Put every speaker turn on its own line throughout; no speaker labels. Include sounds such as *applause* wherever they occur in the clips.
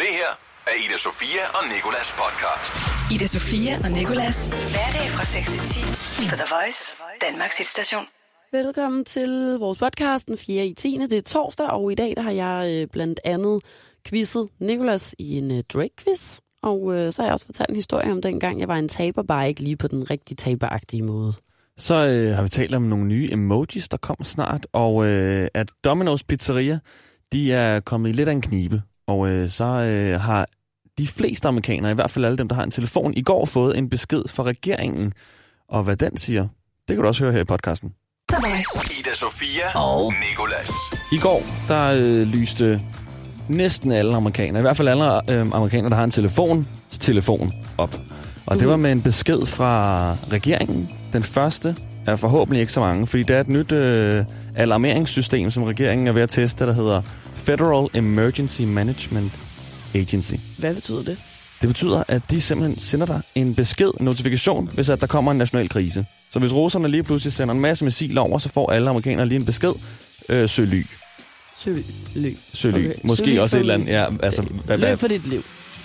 af Ida Sofia og Nikolas podcast.
Ida Sofia og Nikolas. Hverdag fra 6 til 10 på The Voice, Danmarks hitstation.
Velkommen til vores podcast den 4. i 10. Det er torsdag, og i dag der har jeg øh, blandt andet quizzet Nikolas i en øh, Drake-quiz. Og øh, så har jeg også fortalt en historie om dengang, jeg var en taber, bare ikke lige på den rigtig taberagtige måde.
Så øh, har vi talt om nogle nye emojis, der kommer snart, og øh, at Domino's Pizzeria, de er kommet i lidt af en knibe. Og øh, så øh, har de fleste amerikanere, i hvert fald alle dem, der har en telefon, i går fået en besked fra regeringen. Og hvad den siger, det kan du også høre her i podcasten.
The Voice.
Ida Sofia og Nikolas.
I går, der øh, lyste næsten alle amerikanere, i hvert fald alle øh, amerikanere, der har en telefon, telefon op. Og det var med en besked fra regeringen. Den første er forhåbentlig ikke så mange, fordi der er et nyt øh, alarmeringssystem, som regeringen er ved at teste, der hedder Federal Emergency Management Agency.
Hvad betyder det?
Det betyder, at de simpelthen sender dig en besked, en notifikation, hvis at der kommer en national krise. Så hvis russerne lige pludselig sender en masse missiler over, så får alle amerikanere lige en besked. Øh, søg ly.
Søg løb.
Søg ly.
Okay.
Okay. Måske
Søg ly
søg også
for
et eller andet.
ly.
Ja, altså, hvad, hvad,
Øh, Løb for dit liv.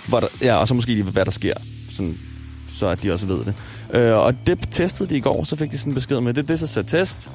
hvor der, ja, og så måske lige, hvad der sker, sådan, så at de også ved det. Øh, og det testede de i går, så fik de sådan en besked med, det this is a test,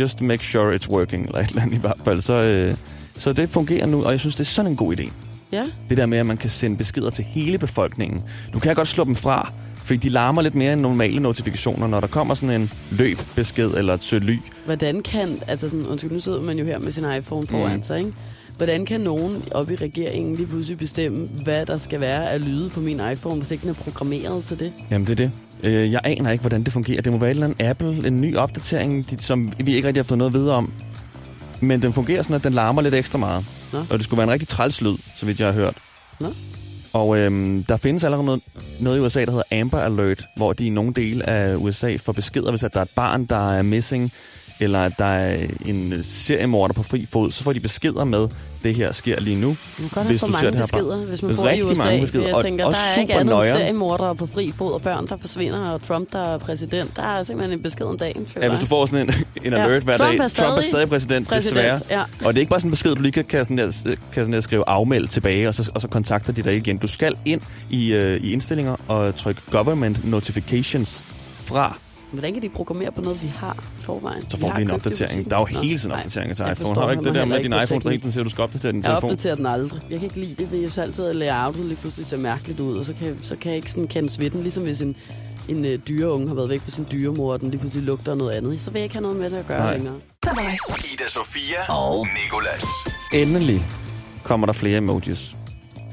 just to make sure it's working, eller et eller andet i hvert fald. Så, øh, så det fungerer nu, og jeg synes, det er sådan en god idé.
Ja.
Det der med, at man kan sende beskeder til hele befolkningen. Nu kan jeg godt slå dem fra, fordi de larmer lidt mere end normale notifikationer, når der kommer sådan en løb-besked eller et søg ly.
Hvordan kan, altså sådan, undskyld, nu sidder man jo her med sin iPhone foran mm. sig, ikke? Hvordan kan nogen oppe i regeringen lige pludselig bestemme, hvad der skal være af lyde på min iPhone, hvis ikke den er programmeret til det?
Jamen, det er det. Øh, jeg aner ikke, hvordan det fungerer. Det må være en eller anden Apple, en ny opdatering, de- som vi ikke rigtig har fået noget at vide om. Men den fungerer sådan, at den larmer lidt ekstra meget.
Nå.
Og det skulle være en rigtig træls lyd, så vidt jeg har hørt.
Nå?
Og øhm, der findes allerede noget, noget i USA, der hedder Amber Alert, hvor de i nogle dele af USA får beskeder, hvis at der er et barn, der er missing, eller at der er en øh, seriemorder på fri fod, så får de beskeder med, det her sker lige nu.
Man kan godt
Hvis
hvis have
du
for
ser
mange
det her bare-
beskeder, hvis man bor i
Rigtig
USA.
mange beskeder,
Jeg
og-
tænker,
og
der er ikke andet end
supernøjeren.
seriemordere på fri fod og børn, der forsvinder, og Trump, der er præsident. Der er simpelthen en besked om dagen, føler
Ja, hvis du får sådan en, *laughs* en alert hver dag.
Trump er
Trump er
stadig
stadig præsident,
præsident,
desværre.
ja.
Og det er ikke bare sådan en besked, du lige kan, kan, sådan der, kan sådan der skrive afmeld tilbage, og så, og så kontakter de dig igen. Du skal ind i, øh, i indstillinger og trykke government notifications fra.
jeg. Hvordan kan de programmere på noget, vi har i forvejen?
Så får
har
vi en
købt det i
opdatering.
butikken.
Der er jo
Nå,
hele tiden
nej,
opdateringer til
jeg
iPhone.
forstår
Har du ikke det
ham
der
heller
med, at din
ikke på
iPhone, der hele
teknik.
tiden siger, at du skal opdatere din
Jeg
telefon?
opdaterer den aldrig. Jeg kan ikke lide det, det er så altid, at layoutet lige pludselig ser mærkeligt ud, og så kan, jeg- så kan jeg ikke sådan kende svitten, ligesom hvis en, en øh, dyreunge har været væk fra sin dyremor, og den lige pludselig lugter af noget andet. Så vil jeg ikke have noget med det at gøre Nej.
Nej.
længere.
The Voice.
Ida Sofia og Nikolas.
Endelig kommer der flere emojis.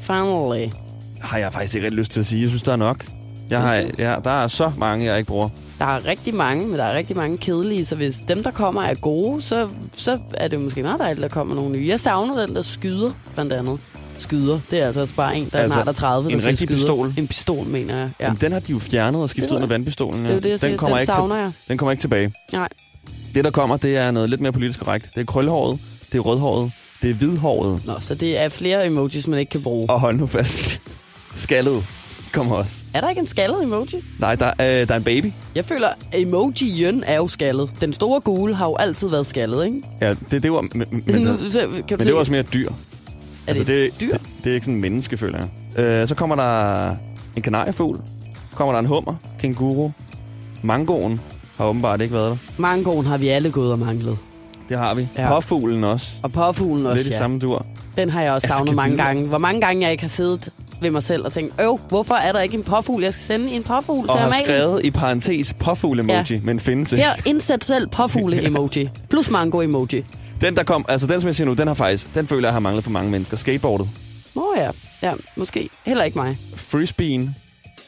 Finally.
Har jeg faktisk ikke rigtig lyst til at sige. Jeg synes, der er nok. Jeg har,
Synes
ja, der er så mange, jeg ikke bruger.
Der er rigtig mange, men der er rigtig mange kedelige, så hvis dem, der kommer, er gode, så, så er det jo måske meget dejligt, at der kommer nogle nye. Jeg savner den, der skyder, blandt andet. Skyder, det er altså også bare en, der altså,
Altså,
er snart er 30, der
en
siger
rigtig
skyder.
pistol.
En pistol, mener jeg. Ja.
Ja. Den har de jo fjernet og skiftet
Det
ud
ved
med vandpistolen.
Det er jo det, jeg siger.
den kommer
Den
ikke til-
savner jeg.
Den kommer ikke tilbage.
Nej.
Det, der kommer, det er noget lidt mere politisk korrekt. Det er krølhåret, det er rødhåret, det er hvidhåret.
Nå, så det er flere emojis, man ikke kan bruge.
Og hold nu fast, *laughs* skaldet kommer også.
Er der ikke en skaldet emoji?
Nej, der, øh, der er en baby.
Jeg føler, emojien er jo skaldet. Den store gule har jo altid været skaldet, ikke?
Ja, det, det var, men, men, men
nu, *laughs*
det
så, kan men
er jo også mere et dyr. Altså,
er det,
det,
dyr?
Det, det er ikke sådan en menneske, føler jeg. Øh, så kommer der en kanariefugl, kommer der en hummer, kenguru, mangoen har åbenbart ikke været der.
Mangoen har vi alle gået og manglet.
Det har vi.
Ja.
Ja. Påfuglen også.
Og påfuglen også,
Lidt i
ja.
samme dur.
Den har jeg også
Altså,
savnet
kan
mange
vide-
gange. Hvor mange gange jeg ikke har siddet ved mig selv og tænkt, øv, hvorfor er der ikke en påfugl? Jeg skal sende en påfugl til
Og har
Amalie.
skrevet i parentes påfugl-emoji,
Ja.
ja. men findes ikke.
Her, indsæt selv
*laughs*
påfugle-emoji. Plus mango-emoji.
Den, der kom, altså den, som jeg siger nu, den har faktisk, den føler jeg har manglet for mange mennesker. Skateboardet,
Nå ja. ja, måske. Heller ikke mig.
frisbeen,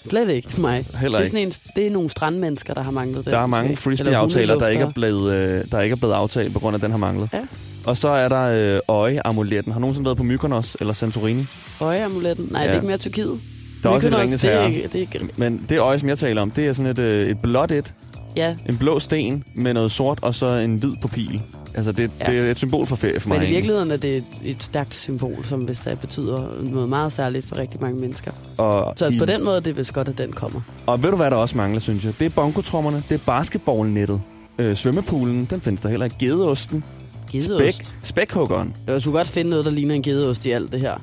Slet ikke mig.
Heller
det, er sådan en, det er nogle strandmennesker, der har manglet det.
der er mange
måske. Eller
frisbee-aftaler, der ikke er
hundeluftere.
blevet, øh, der ikke er blevet aftalt på grund af, den har manglet.
Ja.
Og så er der øh, øjeamuletten. Har nogensinde været på Mykonos eller Santorini?
Øjeamuletten. Nej, ja. det er
Ja.
ikke mere Tyrkiet.
Der er også et
Mykonos,
Ringenes
det er
Herre.
ikke- det er ikke-
Men det øje, som jeg taler om, det er sådan et, øh, et blåt et,
Ja,
en blå sten med noget sort og så en hvid pupil. Altså det,
Ja.
ja. det er et symbol for ferie for
men
mig.
i
egentlig.
virkeligheden er det et, et stærkt symbol, som hvis det betyder noget meget særligt for rigtig mange mennesker.
Og,
Så
i,
på den måde er det vist godt, at den kommer.
og ved du, hvad der også mangler, synes jeg? Det er bongotrommerne, det er basketballnettet. Øh, svømmepoolen, den findes der heller ikke. Gedeosten,
Gedeost.
spæk, spækhuggeren.
Jeg skulle godt finde noget, der ligner en gedeost i alt det her.
Ida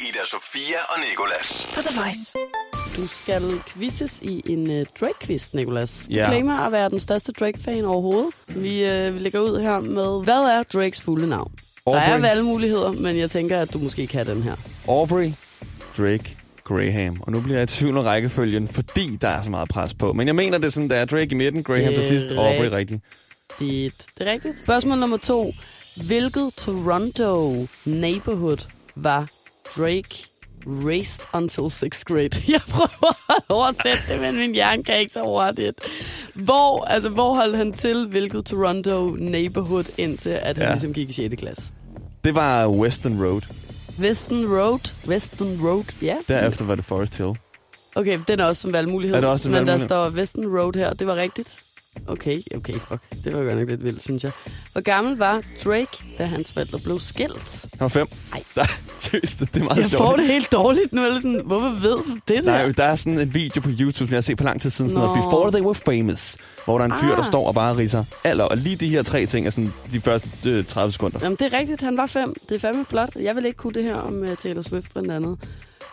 med Sofia og Nikolas.
På The Voice.
Du skal quizzes i en uh, Drake-quiz, Nicolas. Du
Ja.
yeah. claimer at være den største Drake-fan overhovedet. Vi, uh, vi lægger ud her med, hvad er Drakes fulde navn? Der er
Aubrey.
valgmuligheder, men jeg tænker, at du måske kan den her.
Aubrey, Drake, Graham. Og nu bliver jeg i tvivl om rækkefølgen, fordi der er så meget pres på. Men jeg mener, det er sådan, der er Drake i midten, Graham til
Det er
sidst, Aubrey
rigtigt.
rigtigt.
Dit. Det er rigtigt. Spørgsmål nummer to. Hvilket Toronto neighborhood var Drake raced until 6th grade? *laughs* Jeg prøver at oversætte det, men min hjerne kan ikke så hurtigt. Hvor, altså, hvor holdt han til, hvilket Toronto neighborhood, indtil at han
Ja.
ligesom gik i 6. klasse?
Det var Western Road.
Western Road. Western Road, ja.
Derefter var det Forest Hill.
Okay, den er også som valgmulighed.
Er det også en
men
valgmulighed?
der står Western Road her, det var rigtigt. Okay, okay, fuck. Det var godt nok lidt vildt, synes jeg. Hvor gammel var Drake, da hans forældre blev skilt?
Han var fem.
Ej.
*laughs* Nej, seriøst, det er meget
Jeg
sjovt.
får det helt dårligt nu, eller sådan, hvorfor ved du det
Der er, jo-
der?
der er sådan en video på YouTube, som jeg har set for lang tid siden, sådan noget,
Nå.
Before They Were Famous, hvor der er en fyr, der
Ah.
står og bare riser alder. Og lige de her tre ting er sådan de første øh, 30 sekunder.
Jamen, det er rigtigt, han var fem. Det er fandme flot. Jeg vil ikke kunne det her om uh, Taylor Swift blandt andet.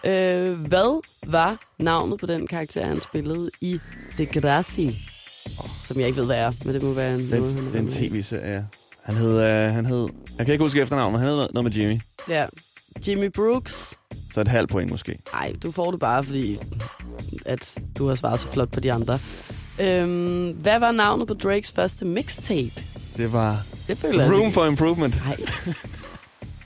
Øh, hvad var navnet på den karakter, han spillede i Degrassi? Som jeg ikke ved, hvad er, men det må være en...
Det er
noget, han
en, det er en
har med.
tv-serie. ja. Han hed, øh, han hed, jeg kan ikke huske efternavnet, han hed noget- noget med Jimmy.
Ja. Jimmy Brooks.
Så et halvt point måske.
Nej, du får det bare, fordi at du har svaret så flot på de andre. Øhm, hvad var navnet på Drakes første mixtape?
Det var
Det føler jeg
Room
altså
for Improvement.
ikke- Nej.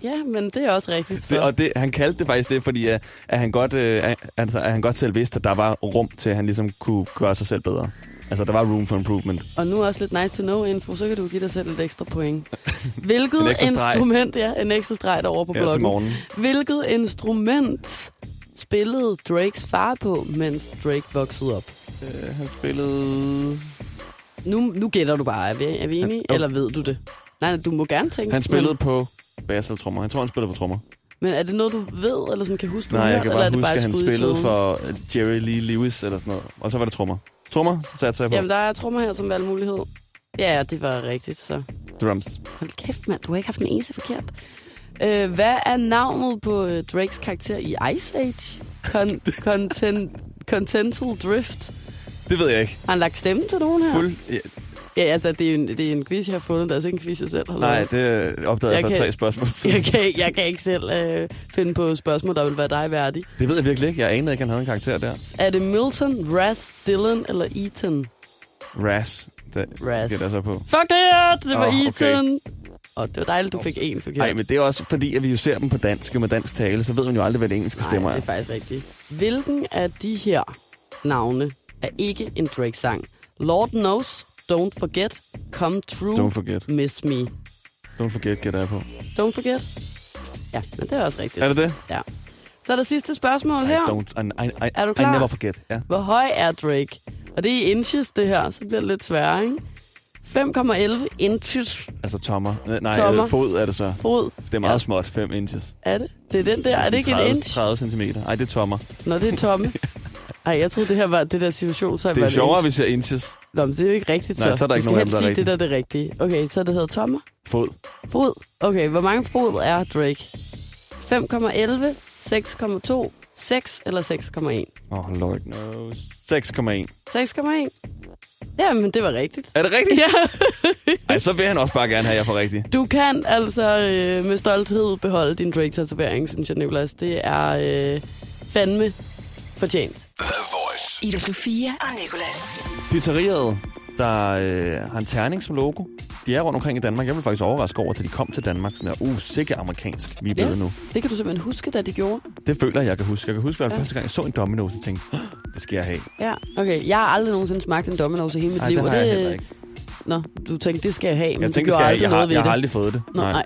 Ja, men det er også rigtigt. Så.
Det, og det, han kaldte det faktisk det, fordi at, at, han godt, øh, at- altså, at han godt selv vidste, at der var rum til, at han ligesom kunne gøre sig selv bedre. Altså, der var room for improvement.
Og nu også lidt nice to know info, så kan du give dig selv lidt ekstra
*laughs*
point. Hvilket
En ekstra streg.
instrument, ja, en ekstra streg derovre på
Ja, til
bloggen.
morgenen.
Hvilket instrument spillede Drakes far på, mens Drake voksede op?
Øh, han spillede...
Nu, nu gætter du bare, er vi, er vi enige,
jo.
eller ved du det? Nej, nej, du må gerne tænke.
Han spillede
men-
på bass eller trommer. Jeg tror, han spillede på trommer.
Men er det noget, du ved, eller sådan kan huske, du
Nej,
har
jeg
hørt,
kan
eller
bare
er det
huske,
bare et
at han
skud i
spillede
tågen?
for øh, Jerry Lee Lewis eller sådan noget. Og så var det trommer. Trommer satte jeg på.
Jamen, der er trommer her som valgmulighed. Ja, ja, det var rigtigt, så...
Drums.
Hold kæft, mand, du har ikke haft en eneste forkert. Øh, hvad er navnet på øh, Drakes karakter i Ice Age?
*laughs*
Con- content- Continental Drift.
Det ved jeg ikke.
Har han lagt stemme til nogen her?
Fuld... Ja,
Ja, altså, det er, jo en, det er en quiz, jeg har fundet. Det er altså ikke en quiz, jeg selv har
nej,
lavet.
det opdagede jeg,
Jeg
jeg
kan-
for tre spørgsmål siden.
Jeg kan, ikke- jeg kan ikke selv øh, finde på spørgsmål, der vil være dig værdig.
Det ved jeg virkelig ikke. Jeg anede ikke, han havde en karakter der.
Er det Milton, Raz, Dylan eller Ethan?
Ras. Det
Ras.
gætter jeg så på.
Fuck det, det var
Åh,
oh,
okay.
Ethan. Og det var dejligt, du fik en forkert.
Nej, men det er også fordi, at vi jo ser dem på dansk og med dansk tale, så ved man jo aldrig, hvad det engelske
Nej,
stemmer
det
er.
er faktisk rigtigt. Hvilken af de her navne er ikke en Drake-sang? Lord Knows, Don't Forget, Come True,
Don't Forget.
Miss Me.
Don't forget, gætter jeg på.
Don't Forget? Ja, men det er også rigtigt.
Er det det?
Ja. Så er der sidste spørgsmål
I
her.
don't, I, I, I,
Er du
I
klar?
never forget. Ja.
Hvor høj er Drake? Og det er i inches, det her, så bliver det lidt sværere, ikke? 5,11 inches
Altså tommer. Øh, Nej,
Tommer.
tommer. fod er det så.
fod.
Det er meget ja. småt, 5 inches.
Er det? Det er den der. Er det ikke
30,
en inch?
30 centimeter. Nej, det er tommer.
Nå, det er
*laughs*
tomme. Ej, jeg troede, det her var det der situation, så
Det er
var
sjovere,
en-
hvis jeg er inches.
Nå, men det er jo ikke rigtigt,
Nej,
så.
så er der
Vi
ikke
skal
nogen af
helst
dem, der er
sige,
rigtige.
det der er det rigtige. Okay, så det hedder tommer.
Fod.
Fod. Okay, hvor mange fod er Drake? 5,11, 6,2, 6 eller 6,1?
Åh, oh, lord knows. 6,1.
6,1? Jamen, det var
*laughs*
rigtigt.
Er det rigtigt?
Ja,
Ej, så vil han også bare gerne have jer for rigtigt.
du kan altså øh, med stolthed beholde din Drake-tatovering, synes jeg, Nicolas. Det er øh, fandme fortjent.
The Voice.
Ida Sofia og Nicolas.
Pizzeriet, der øh, har en terning som logo, de er rundt omkring i Danmark. Jeg blev faktisk overrasket over, at de kom til Danmark. Sådan der, uh, sikke amerikansk, vi er blevet nu.
det kan du simpelthen huske, da det gjorde.
Det føler jeg, jeg kan huske. Jeg kan huske, at ja. første gang jeg så en domino, så tænkte jeg, "Åh, det skal jeg have.
Ja, okay. Jeg har aldrig nogensinde smagt en domino's i hele mit
Ej,
liv.
det
og
har jeg heller ikke.
Nå, du tænkte, det skal jeg have, men
Jeg
du
tænkte,
gjorde
skal jeg,
aldrig
jeg, har,
noget ved
jeg
det.
har aldrig fået det.
Nå, nej.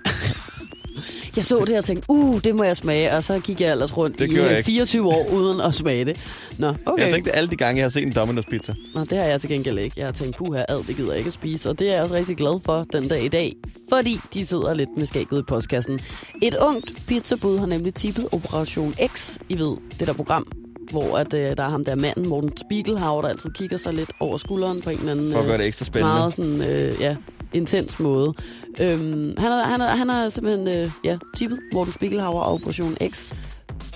Jeg så det og tænkte, uh, det må jeg smage, og så gik jeg ellers rundt
Det
i
gjorde jeg
øh,
ikke.
24 år uden at smage det. Nå, okay.
Jeg tænkte alle de gange, jeg har set en Domino's pizza.
Nå, det har jeg til gengæld ikke. Jeg har tænkt, puha, ad, det gider jeg ikke at spise, og det er jeg også rigtig glad for den dag i dag, fordi de sidder lidt med skægget i postkassen. Et ungt pizzabud har nemlig tippet Operation X, I ved, det der program, hvor at, øh, der er ham der manden, Morten Spiegelhauer, der altid kigger sig lidt over skulderen på en eller anden...
For at
øh,
gøre det ekstra spændende.
Meget sådan, øh, ja, intens måde. Øhm, han, har, han, har, han har simpelthen øh, ja, tippet Morten Spiegelhauer og Operation X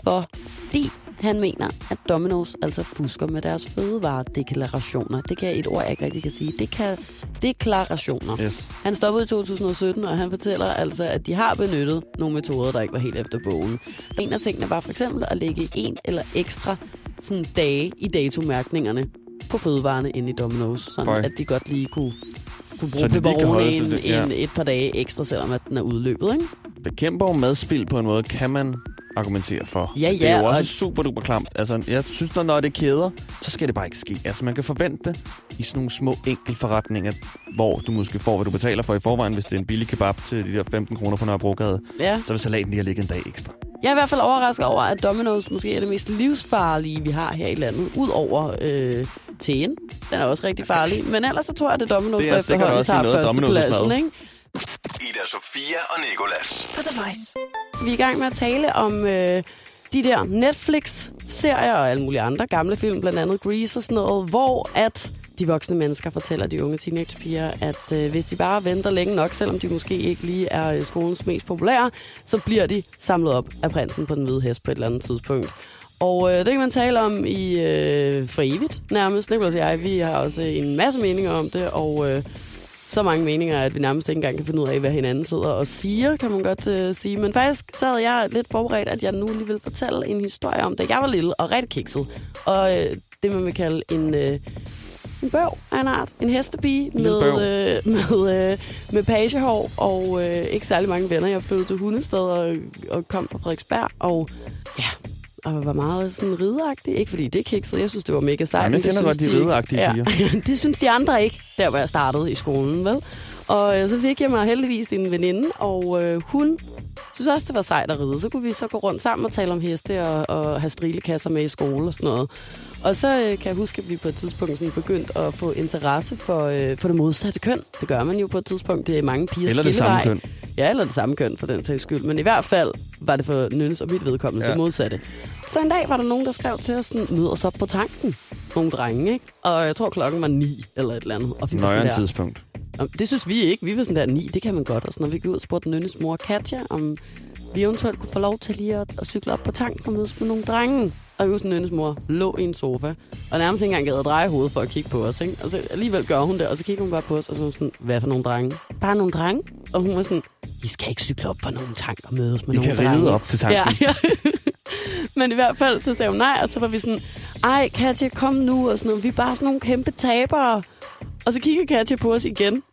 fordi han mener, at Domino's altså fusker med deres fødevaredeklarationer. Det kan et ord, jeg ikke rigtig kan sige. Det kan deklarationer.
Yes.
Han stoppede i 2017, og han fortæller altså, at de har benyttet nogle metoder, der ikke var helt efter bogen. En af tingene var for eksempel at lægge en eller ekstra sådan, dage i datomærkningerne på fødevarene inde i Domino's, sådan
Føj.
at de godt lige kunne, kunne
Så
bruge
de lige kan holde sig
pepperonen
lidt, ja.
en, et par dage ekstra, selvom at den er udløbet. Ikke?
Bekæmper madspild på en måde, kan man argumentere for.
Ja,
Det er
ja,
jo også
og-
super duper klamt. Altså, jeg synes, når, når det kæder, så skal det bare ikke ske. Altså, man kan forvente det i sådan nogle små enkeltforretninger, hvor du måske får, hvad du betaler for i forvejen, hvis det er en billig kebab til de der 15 kroner på Nørrebrogade.
Ja.
Så vil salaten lige have ligget en dag ekstra.
Jeg er i hvert fald overrasket over, at Domino's måske er det mest livsfarlige, vi har her i landet. Udover øh, teen. Den er også rigtig farlig. Men ellers så tror jeg, at det er Domino's,
Det er
der efterhånden
sikkert også i
tager
noget af Domino's'
førstepladsen.
mad.
Ikke?
Ida Sofia og Nikolas.
På The Voice.
Vi er i gang med at tale om øh, de der Netflix-serier og alle mulige andre gamle film, blandt andet Grease og sådan noget, hvor at de voksne mennesker fortæller de unge teenagepiger, at øh, hvis de bare venter længe nok, selvom de måske ikke lige er øh, skolens mest populære, så bliver de samlet op af prinsen på den hvide hest på et eller andet tidspunkt. Og øh, det kan man tale om i øh, for evigt nærmest. Nicolas og jeg, vi har også en masse meninger om det, og... Øh, så mange meninger, at vi nærmest ikke engang kan finde ud af, hvad hinanden sidder og siger, kan man godt øh, sige. Men faktisk så havde jeg lidt forberedt, at jeg nu lige vil fortælle en historie om, da jeg var lille og rigtig kikset. Og øh, det, man vil kalde en, øh, en bøv af en art. En hestepige
lille
med, øh,
bøv.
*laughs* med, øh, med pagehår og øh, ikke særlig mange venner. Jeg flyttede til Hundested og, og kom fra Frederiksberg, og ja, og var meget sådan ridderagtig. Ikke fordi det er kikset, jeg synes, det var mega sejt.
Ej, men jeg
det
kender godt
synes
de ridderagtige
ja,
piger.
*laughs* det synes de andre ikke, der hvor jeg startede i skolen, vel? Og øh, så fik jeg mig heldigvis en veninde, og øh, hun synes også, det var sejt at ride. Så kunne vi så gå rundt sammen og tale om heste og, og have strilekasser med i skole og sådan noget. Og så øh, kan jeg huske, at vi på et tidspunkt sådan begyndte at få interesse for, øh, for det modsatte køn. Det gør man jo på et tidspunkt. Det er mange piger
Eller det samme køn.
Ja, eller det samme køn for den sags skyld. Men i hvert fald var det for Nynnes og mit vedkommende ja.
Ja.
det modsatte. Så en dag var der nogen, der skrev til os, sådan, mød os op på tanken. Nogle drenge, ikke? Og jeg tror, klokken var ni eller et eller andet. Og vi var sådan
Nøjeren
der,
tidspunkt.
"Nå, det synes vi ikke. Vi var sådan der, ni, det kan man godt. Og så når vi gik ud og spurgte Nynnes mor Katja, om vi eventuelt kunne få lov til lige at, at cykle op på tanken og mødes med nogle drenge. Og Jussen Nynnes mor lå i en sofa, og nærmest ikke engang gad at dreje hovedet for at kigge på os. Ikke? Og så alligevel gør hun det, og så kigger hun bare på os, og så er hun sådan, hvad for nogle drenge? Bare nogle drenge. Og hun var sådan, I skal ikke cykle op for nogle tank og mødes med
I
nogle
kan
drenge.
ride op til tanken.
Ja, ja. *laughs* Men i hvert fald, så sagde hun nej, og så var vi sådan, ej Katja, kom nu, og sådan noget. Vi er bare sådan nogle kæmpe tabere. Og så kigger Katja på os igen,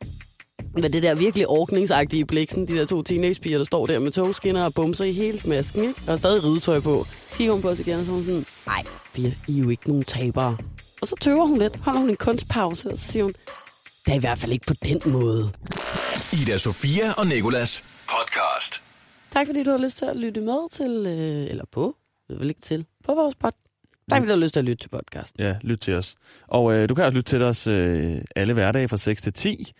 med det der virkelig ordningsagtige blik, sådan de der to teenagepiger, der står der med togskinner og bumser i hele smasken, ikke? Og stadig ridetøj på. Så kigger hun på os igen, og så er hun sådan, nej, piger, I er jo ikke nogen tabere. Og så tøver hun lidt, holder hun en kunstpause, og så siger hun, det er i hvert fald ikke på den måde.
Ida Sofia og Nikolas podcast.
Tak fordi du har lyst til at lytte med til, øh, eller på, det er vel ikke til, på vores pod. Tak fordi du har lyst til at lytte til podcasten.
Ja, lyt til os. Og øh, du kan også lytte til os øh, alle hverdage fra 6 til 10.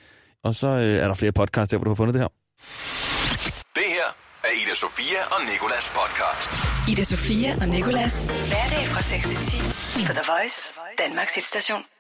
Og så øh, er der flere podcasts der, hvor du har fundet det her.
Det her er Ida Sofia og Nikolas podcast.
Ida Sofia og Nikolas. Hverdag fra 6 til 10 på The Voice, Danmarks hitstation.